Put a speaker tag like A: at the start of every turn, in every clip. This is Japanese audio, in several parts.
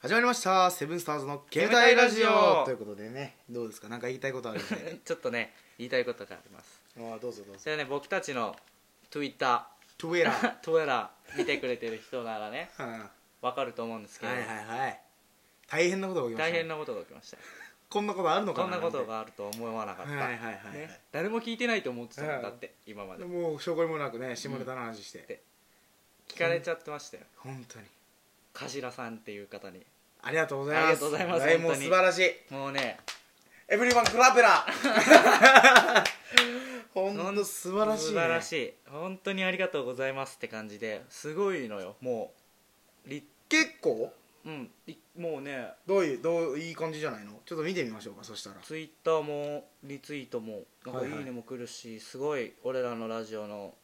A: 始まりましたセブンスターズの携帯ラジオということでねどうですか何か言いたいことあるんで
B: ちょっとね言いたいこと があります
A: ああどうぞどうぞ
B: それはね僕たちの Twitter
A: トゥエラー
B: Twitter 見てくれてる人ならね
A: うんは
B: わかると思うんです
A: い
B: けど、
A: はいはい大変なことが起きまし
B: 大
A: たね
B: 変なことが起きました
A: こんなことあるのか
B: こん
A: な
B: なことがあると思わなかった、
A: はいはいはいはい
B: ね、誰も聞いてないと思ってたんだって今まで
A: もう証拠にもなくね下ネタの話して、
B: で聞かれちゃってましたよ
A: 本当に
B: 頭さんっていう方に
A: ありがとうございます
B: ありがとうございます
A: はいもう
B: 本当
A: 素
B: に
A: 晴らしい
B: もうね
A: エブリワンクラペラ 本当素晴らしい、ね、
B: 素晴らしい本当にありがとうございますって感じですごいのよもうり
A: 結構
B: うんりもうね
A: どういうどういい感じじゃないのちょっと見てみましょうかそしたら
B: ツイッターもリツイートもなんか
A: はい
B: い
A: はい
B: いねも来るし、すごい俺らのラジオの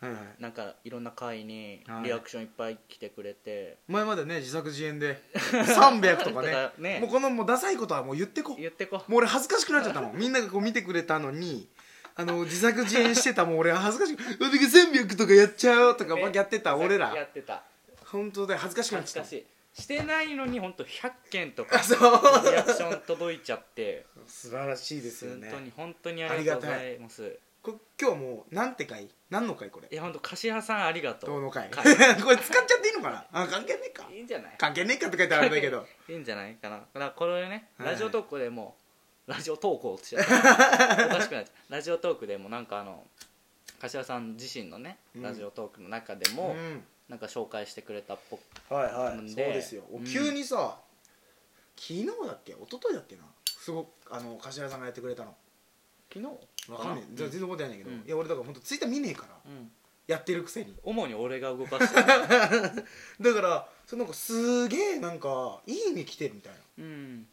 A: はいはい
B: なんかいろんな回に
A: はい
B: リアクションいっぱい来てくれて、
A: 前までね自作自演で300とかね
B: だからね
A: もうこのもうダサいことはもう言ってこ
B: 言ってこ
A: もう俺恥ずかしくなっちゃったもんみんながこう見てくれたのにあの自作自演してたもう俺は恥ずかしく「俺が300とかやっちゃおう」とか
B: ね
A: ばっかやってた俺
B: や
A: ら
B: ってた
A: 本当で恥ずかしくなっ
B: 恥ず
A: ちゃ
B: か
A: っ
B: しいしてないのに本当100件とか
A: たそう
B: リアクション届いち ゃって
A: 素晴らしいですよ
B: 本
A: ね
B: 当に本当にありがとうございます
A: こ今日もう何て回何の回これ
B: いや本当柏さんありがと
A: ど
B: う
A: の回 こ
B: 回
A: れ使っちゃっていいのかなあ関係ねえか
B: いいんじゃない
A: 関係ねえかって書いてあるんだけ ど
B: いいんじゃないかなだからこれね
A: はいはい
B: ラジオトークでも、ラジオ投稿ってしち ゃったおかしくなっちゃうラジオトークでもなんかあの柏さん自身のね、
A: うん
B: ラジオトークの中で
A: う
B: も、
A: ん
B: なんか紹介してくれたっぽく
A: はいはい
B: なん
A: そう
B: で
A: ですよ、お
B: うん
A: 急にさ昨日だっけ一昨日だっけなすごくあの柏さんがやってくれたの
B: 昨日
A: わかんねえじゃあ全然覚えてないんだけど、
B: うん
A: いや俺だから本当ツイッター見ねえから
B: うん、
A: やってるく せに
B: 主に俺が動 かしてる
A: だからそのなんかすげえなんかいい意味来てるみたいな
B: うん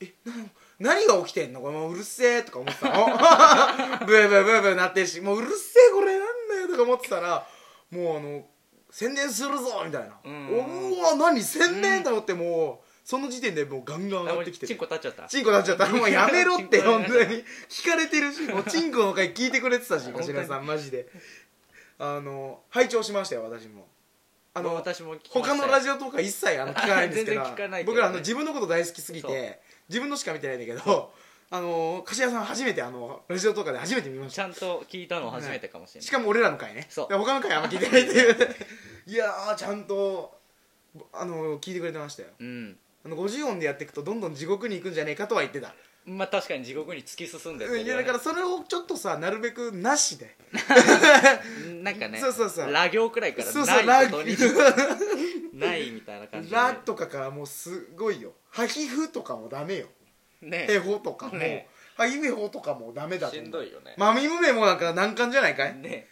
A: えな何が起きてんのこれもううるせえとか思ってた のブーブーブーブーなってるしもううるせえこれなんだよとか思ってたらもうあの宣伝するぞみたいな、
B: うん
A: おお何宣伝と思ってもうその時点でもうガンガン上がってきて
B: チン
A: る
B: コ立っちゃった
A: チンコなっちゃったもうやめろって
B: チンコ
A: 本当に聞かれてるしもうチンコの回聞いてくれてたし
B: 本当に
A: 頭さんマジであの拝聴しましたよ私もあの
B: 私も聞きました
A: 他
B: よ
A: のラジオとか一切あの聞かないんですけど
B: 全然聞かないけどね
A: 僕らあの自分のこと大好きすぎ
B: そう
A: て自分のしか見てないんだけどあの柏さん初めてあのラジオとかで初めて見まし
B: ち
A: た
B: ゃんと聞いたの初めてかもしれない
A: し、かも俺らの回ね
B: そう
A: 他の回あんま聞いてないっていう いやーちゃんとあの聞いてくれてましたよ
B: うん
A: あの50音でやっていくとどんどん地獄に行くんじゃねえかとは言ってた
B: まあ確かに地獄に突き進んでってる
A: いや
B: よね
A: だからそれをちょっとさなるべくなしで
B: なんかね
A: そうそうそう
B: ラ行くらいから
A: そうそう
B: な
A: ラ
B: いことに
A: 「
B: ないみたいな 感じで
A: ラ」とかからもうすごいよ「はひふ」とかもダメよ「
B: ね
A: へほ」とかも
B: ね
A: 「はひめほ」とかもダメだと
B: し
A: 思うん
B: どいよね
A: まみむめもなんか難関じゃないかい
B: ね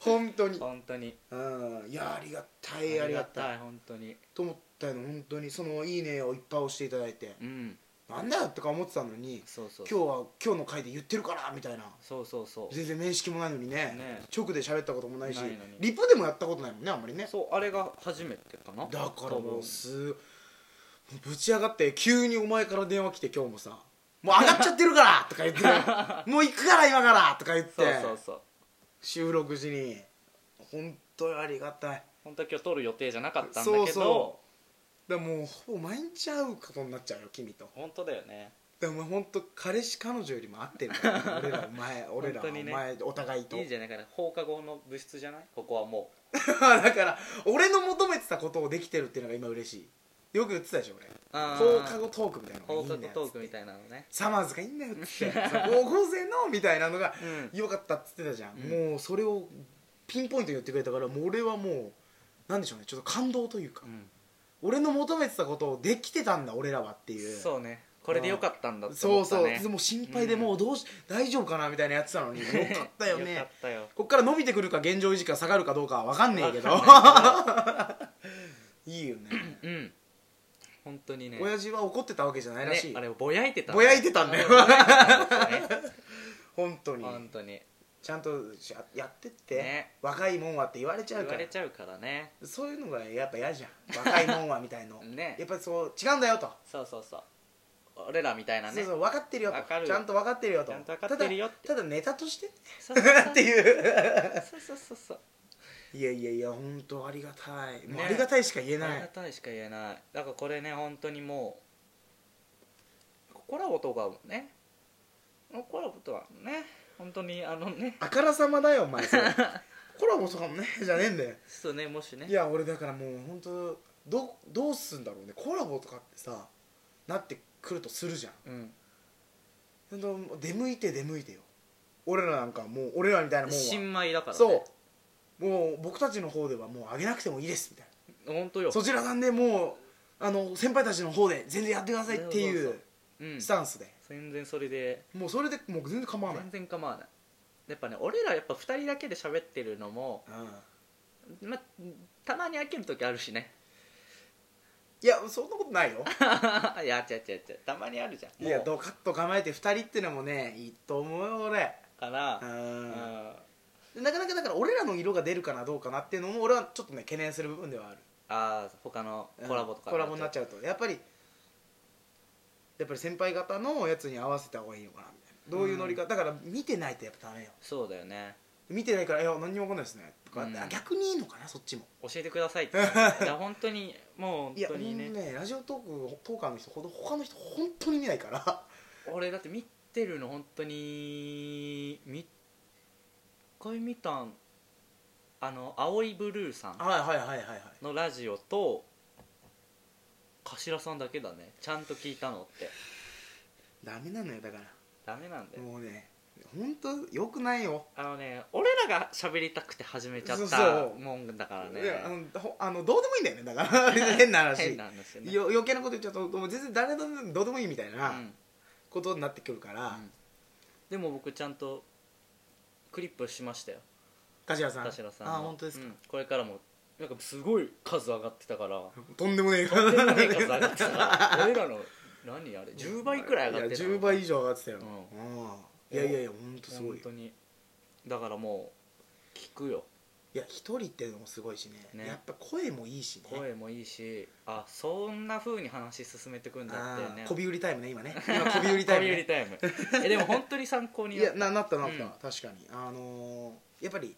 A: 本当に
B: 本当に
A: うんいやありがたいありがたい
B: い本当に
A: と思ったの本当にその「いいね」をいっぱい押していただいて
B: うん
A: なんだよとか思ってたのに
B: そうそう
A: 今日は今日の回で言ってるからみたいな
B: そうそうそう
A: 全然面識もないのにね
B: ね
A: 直で喋ったこともないし
B: ないのに
A: リプでもやったことないもんねあんまりね
B: そうあれが初めてかな
A: だからも
B: 多分
A: うすぶち上がって急にお前から電話来て今日もさ「もう上がっちゃってるから!」とか言 って「もう行くから今から!」とか言って
B: そうそうそう
A: 収録時に本当にありがたい
B: 本当は今日撮る予定じゃなかったんだけ
A: そ
B: ど
A: うそうだからもうほぼ毎日会うことになっちゃうよ君と
B: 本当だよね
A: でも本当彼氏彼女よりも会ってるから ね俺らお前俺らお
B: 本当にね
A: 前お互いと
B: いいじゃないかな放課後の物質じゃないここはも
A: だから俺の求めてたことをできてるっていうのが今嬉しいよく言ってたでしょ俺
B: うあ
A: 放課
B: ー
A: 後トークみたいなのがい
B: 放
A: いん
B: 課
A: だよ
B: 後トークみたいなのね
A: サマーズがいいんだよっつってそう高校生のみたいなのが
B: うん
A: 良かったっつってたじゃん、
B: うん
A: もうそれをピンポイントに言ってくれたからもう俺はもうなんでしょうねちょっと感動というか、
B: うん
A: 俺の求めてたことをできてたんだ俺らはっていう
B: そうねこれでよかったんだって
A: そ
B: 思
A: う
B: った
A: そう
B: ね
A: でも心配でもうどうし、大丈夫かなみたいなやってたの によかったよ
B: よか
A: ね
B: ったよ
A: こっから伸びてくるか現状維持か下がるかどうかは分かんねえけど
B: わか
A: いいよね
B: うん本当にね
A: 親父は怒ってたわけじゃないらしい、
B: ねあれぼやいてた
A: ぼやいてたんだ よ
B: ぼやいてたんですよね
A: 本当に
B: 本当に
A: ちゃんとしゃやってって、
B: ね
A: 若いもんはって言われちゃう
B: 言
A: か
B: わ
A: ら
B: れちゃうからね
A: そういうのがやっぱ嫌じゃん若いもんはみたいの
B: ね
A: やっぱりそう違うんだよと、
B: そうそうそう俺らみたいな
A: そ
B: ね
A: うそう分かってるよと
B: わかる
A: ちゃんと分かってるよと
B: ちゃんと分かってるよって
A: ただただネタとして
B: そうそうそう
A: っていう
B: そうそうそうそう
A: いやいやいや本当ありがたい、もう
B: ね
A: ありがたいしか言え
B: あ
A: な
B: りが
A: い
B: たいしか言えないだからこれね本当にもうコラボとかもねコラボとはね本当にあのね
A: あからさまだよお前 それコラボとかもねじゃねえんだよ
B: ちょっとねもしね
A: いや俺だからもう本当どどうすんだろうねコラボとかってさなってくるとするじゃん
B: うん、
A: ほんともう出向いて出向いてよ俺らなんかもう俺らみたいなもんは
B: 新米だから、ね、
A: そうもう僕たちの方ではもうあげなくてもいいですみたい
B: 本当よ
A: なそちらさんでもうあの先輩たちの方で全然やってくださいってい
B: そうううん
A: スタンスで、
B: 全然それで
A: もうそれでもう全然構わない
B: 全、然構わないやっぱね俺らやっぱ2人だけで喋ってるのも、
A: うん、
B: ま、たまに飽きる時あるしね
A: いやそんなことない よ
B: いや違う違う違うたまにあるじゃん
A: いや
B: もう
A: ドカッと構えて2人ってのもねいいと思うよ俺
B: から
A: う
B: うんん
A: でなかなかだから俺らの色が出るかなどうかなっていうのも俺はちょっとね懸念する部分ではある
B: ああ他の
A: うん
B: コラボとか
A: コラボになっ
B: ゃ
A: ちゃうとやっぱりやっぱり先輩方のやつに合わせた方がいいのかなみたいなどういう乗り方、だから見てないとやっぱダメよ
B: うそうだよね
A: 見てないから「いや何にも分かんないですね」とか、
B: うん
A: あ逆にいいのかなそっちも
B: 教えてくだ さいっていや本当にもう
A: いや
B: 本
A: ほ
B: 当
A: んと
B: に
A: ね
B: ね
A: ラジオトークトーカーの人ほど他の人本当に見ないから
B: 俺だって見てるの本当にみ一回見たんあの青いブルーさん
A: はいはいはいはいはい
B: のラジオと頭さんだけだねちゃんと聞いたのって
A: ダメなのよだから
B: ダメなんだよ、
A: もうね本当よくないよ
B: あのね俺らが喋りたくて始めちゃっ
A: そう
B: た
A: そう
B: もんだからね
A: いやあのほあのどうでもいいんだよねだから 変な話
B: 変な話ね
A: よ余計なこと言っちゃうともう全然誰でもどうでもいいみたいうなんことになってくるから、
B: うんでも僕ちゃんとクリップしましたよ
A: 柏さん
B: 田代さん
A: あ
B: の
A: 本当ですか、
B: うんこれからもなんかすごい数上がってた から
A: とんでもねえ
B: とんでもねえ数上がってたから 俺らの何あれ10倍くらい上がってた
A: いや10倍以上上がってたよ、
B: うん
A: うんいやいやいや本当すごい
B: 本当にだからもう聞くよ
A: いや一人ってのもすごいしね
B: ね
A: やっぱ声もいいしね
B: 声もいいしあそんな風に話進めてくんだって
A: あ
B: ね
A: ーこび売り タイムね今ね今こび売りタイム、
B: 飛び売り
A: ね、
B: タイムえでも本当に参考に
A: い
B: なっ
A: や
B: た
A: ななったなった、
B: うん
A: 確かにあのーやっぱり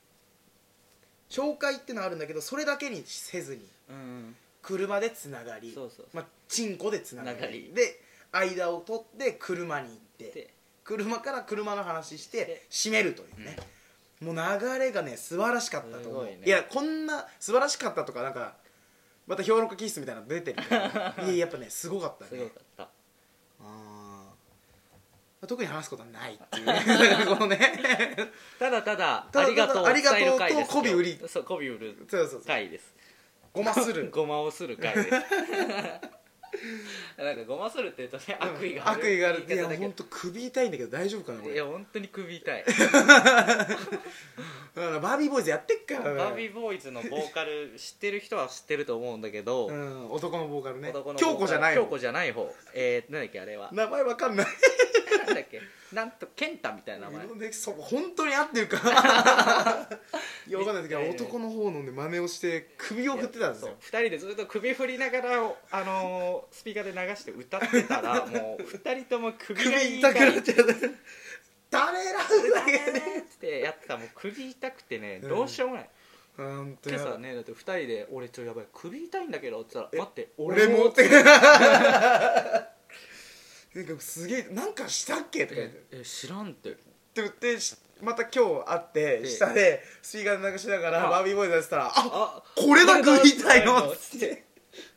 A: 紹介ってのはあるんだけどそれだけにせずに
B: うん
A: 車でつなが
B: うん
A: り
B: そうそうそう
A: まあ、チンコでつながり
B: つながり
A: で間を取って車に行って
B: で
A: 車から車の話して
B: で
A: 締めるというね、もう流れがね素晴らしかったと思う
B: すごい
A: い,、
B: ね
A: やこんな素晴らしかったとかなんかまた評論家気質みたいなの出てるけ どいややっぱねすごかった
B: すご
A: ね
B: かった
A: あー特に話すことはないって いうねこのね
B: ただただ
A: ただただ
B: ありがとうを
A: あ
B: 伝
A: りがとう
B: える回です
A: と媚び売り
B: そう媚び売る
A: そうそうそう
B: 回です
A: ごまする
B: ごまをする回ですなんかごまするって言うとね 悪意がある
A: 悪意があるい
B: 言い
A: や
B: 方だけ
A: 本当首痛いんだけど大丈夫かなこ
B: どい
A: れ
B: や本当に首痛い
A: だからバービーボーイズやってっからね
B: バービーボーイズのボーカル知ってる人は知ってると思うんだけど、
A: うん、男のボーカルね
B: 男のボーカル
A: 京子じゃない
B: 京
A: の
B: 子じゃない方えー、なんだっけあれは
A: 名前わかんない
B: なんだっけなんと健太みたいな名前
A: ねそう本当に合ってる かいやわかんないですけど
B: いやいやいや
A: 男の方のね真似をして首を振ってたんですよ
B: 2人でずっと首振りながら、あのースピーカーで流して歌ってたらもう2人とも首
A: 首
B: が痛
A: 痛
B: い
A: くなっちゃう誰なんだけ どね
B: ってやってたらもう首痛くてね
A: うん
B: どうしようもない、
A: 本当
B: 今
A: に
B: 朝ねだって2人で「俺ちょやばい首痛いんだけど」って言ったら「待って
A: 俺もっ
B: って
A: なんかすげえなんかしたっけとか言って
B: ええ知らん」って
A: って言ってしまた今日会って
B: で
A: 下でスピーカーで流しながら
B: あ
A: バービーボーイズやってたら「あ
B: あ
A: これだ首痛いの」
B: これだ
A: っつって。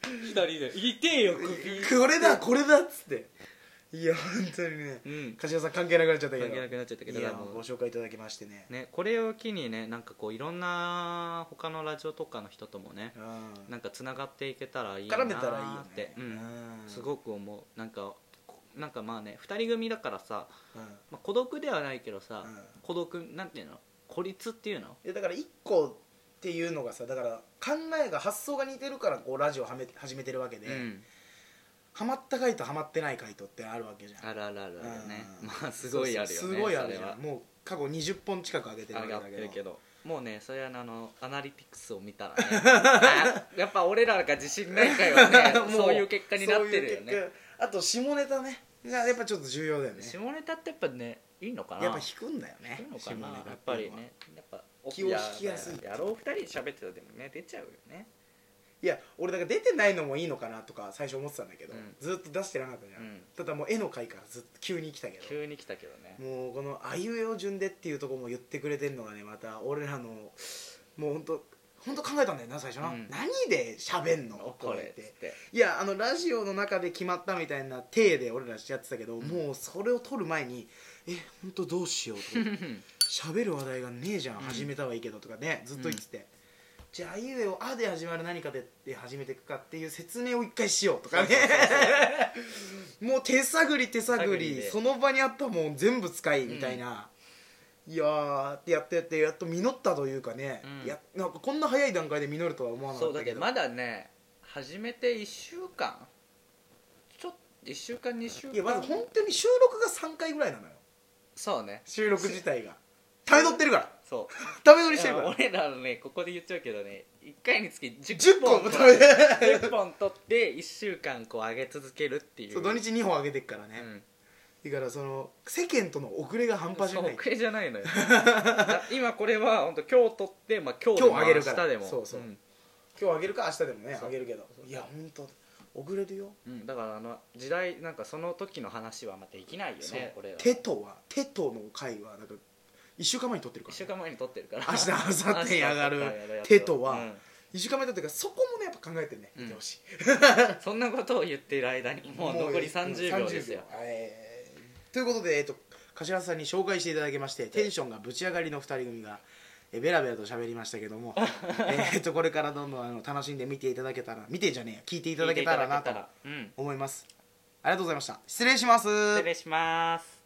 B: 2人で「痛えよ首」
A: これだこれだっつっていや本当にね
B: うん
A: 柏さん関係なくなっちゃったけど
B: 関係なくなっちゃったけど
A: いや
B: だからもう
A: ご紹介いただきましてね
B: ね、これを機にねなんかこういろんな他のラジオとかの人ともね
A: うん
B: なんかつながっていけたらいいなー
A: 絡
B: って
A: めたらいいよね
B: うん、す
A: い
B: ごく思うなんかこなんかまあね2人組だからさ、
A: うん
B: まあ、孤独ではないけどさ、
A: うん
B: 孤独なんていうの孤立っていうの
A: いやだから一個っていうのがさだから考えが発想が似てるからこうラジオはめ始めてるわけで、
B: うん、
A: ハマった回とハマってない回とってあるわけじゃん
B: あるあるあるあるよね
A: うん
B: まあすごいあるよね
A: そうそうすごいある
B: そ
A: じ
B: れ
A: ゃ
B: は
A: んもう過去20本近く上げてるわ
B: 上
A: けだ
B: がっ
A: け
B: て
A: ど
B: るけどもうねそれはあのアナリティクスを 見たらねあやっぱ俺らが自信ない回 はねそういう結果になってるよ
A: そうい
B: ね
A: う結果あと下ネタねがやっぱちょっと重要だよね
B: 下ネタってやっぱねいいのかな
A: やっぱ引くんだよね
B: そういうの
A: 下ネ
B: かな
A: タ
B: やっ
A: い
B: てぱ
A: う
B: り
A: のは
B: ねやっぱ
A: 気を引きやすいっていう
B: やろう二人で喋ってたらでもね出ちゃうよね
A: いや俺だから出てないのもいいのかなとか最初思ってたんだけど、
B: うん
A: ずっと出してなかったじゃん、
B: うん
A: ただもう絵の回からずっと急に来たけど
B: 急に来たけどね
A: もうこの「あいうえお順で」っていうところも言ってくれてんのがねまた俺らのもうほんとほんと考えたんだよな最初な、
B: うん
A: 何で喋んの
B: こ
A: こ
B: れ
A: れ
B: っ
A: っ
B: つって て
A: いやあのラジオの中で決まったみたいな体で俺らやってたけど、もうそれを撮る前にえ本当どうしようと思って喋る話題がねえじゃん、
B: うん
A: 始めたはいいけどとかねずっと言ってて、じゃああいうえを「あ」で始まる何かでって始めていくかっていう説明を一回しようとかね もう手探り手探
B: 手探り
A: り
B: で
A: その場にあったもん全部使いみたいな、いやーってやってやってやっと実ったというかね、
B: うん
A: やなんかこんな早い段階で実るとは思わなか
B: そ
A: っ
B: うだ
A: た
B: け
A: け
B: ど
A: ど
B: まだね始めて1週間ちょっと1週間2週間
A: いやまず本当に収録が3回ぐらいなのよ
B: そうね
A: 収録自体がため撮ってるから
B: そう
A: ため撮りしてるから
B: 俺らのねここで言っちゃうけどね1回につき
A: 10
B: 10
A: 個
B: 本
A: も
B: 取
A: ため
B: 10本取って1週間こう上げ続けるっていう
A: そう土日2本上げてっから
B: う
A: ね、
B: ん
A: だからその世間との遅れが半端じゃ
B: そう
A: ない
B: 遅れじゃな いのよだ今これは本当今日取って、まあ、今日でも
A: 今日上げるから
B: 明日でも
A: そうそうん今日上げるか明日でもね
B: そう
A: 上げるけどいや本当遅れるよ
B: うんだからあの時代なんかその時の話はまたできないよ
A: そう
B: ね俺らは
A: 手とは手との回はなんか1週間前に撮ってるか
B: 1
A: ら
B: 週間前に撮ってるから
A: 明日明後日に上がる
B: 明日明後日に上がやつ
A: 手とは
B: うん
A: 1週間前だったからそこもねやっぱ考えてね
B: うん
A: 見てほし
B: そんなことを言っている間に
A: い
B: もう残り30秒ですよ
A: 30秒えーということでえっと頭さんに紹介していただきましてテンションがぶち上がりの2人組がえーベラベラと喋りましたけど もえーっとこれからどんどんあの楽しんで見ていただけたら見てじゃねえや聞いていただけたらなと
B: うん
A: 思いますありがとうございました失礼します
B: 失礼します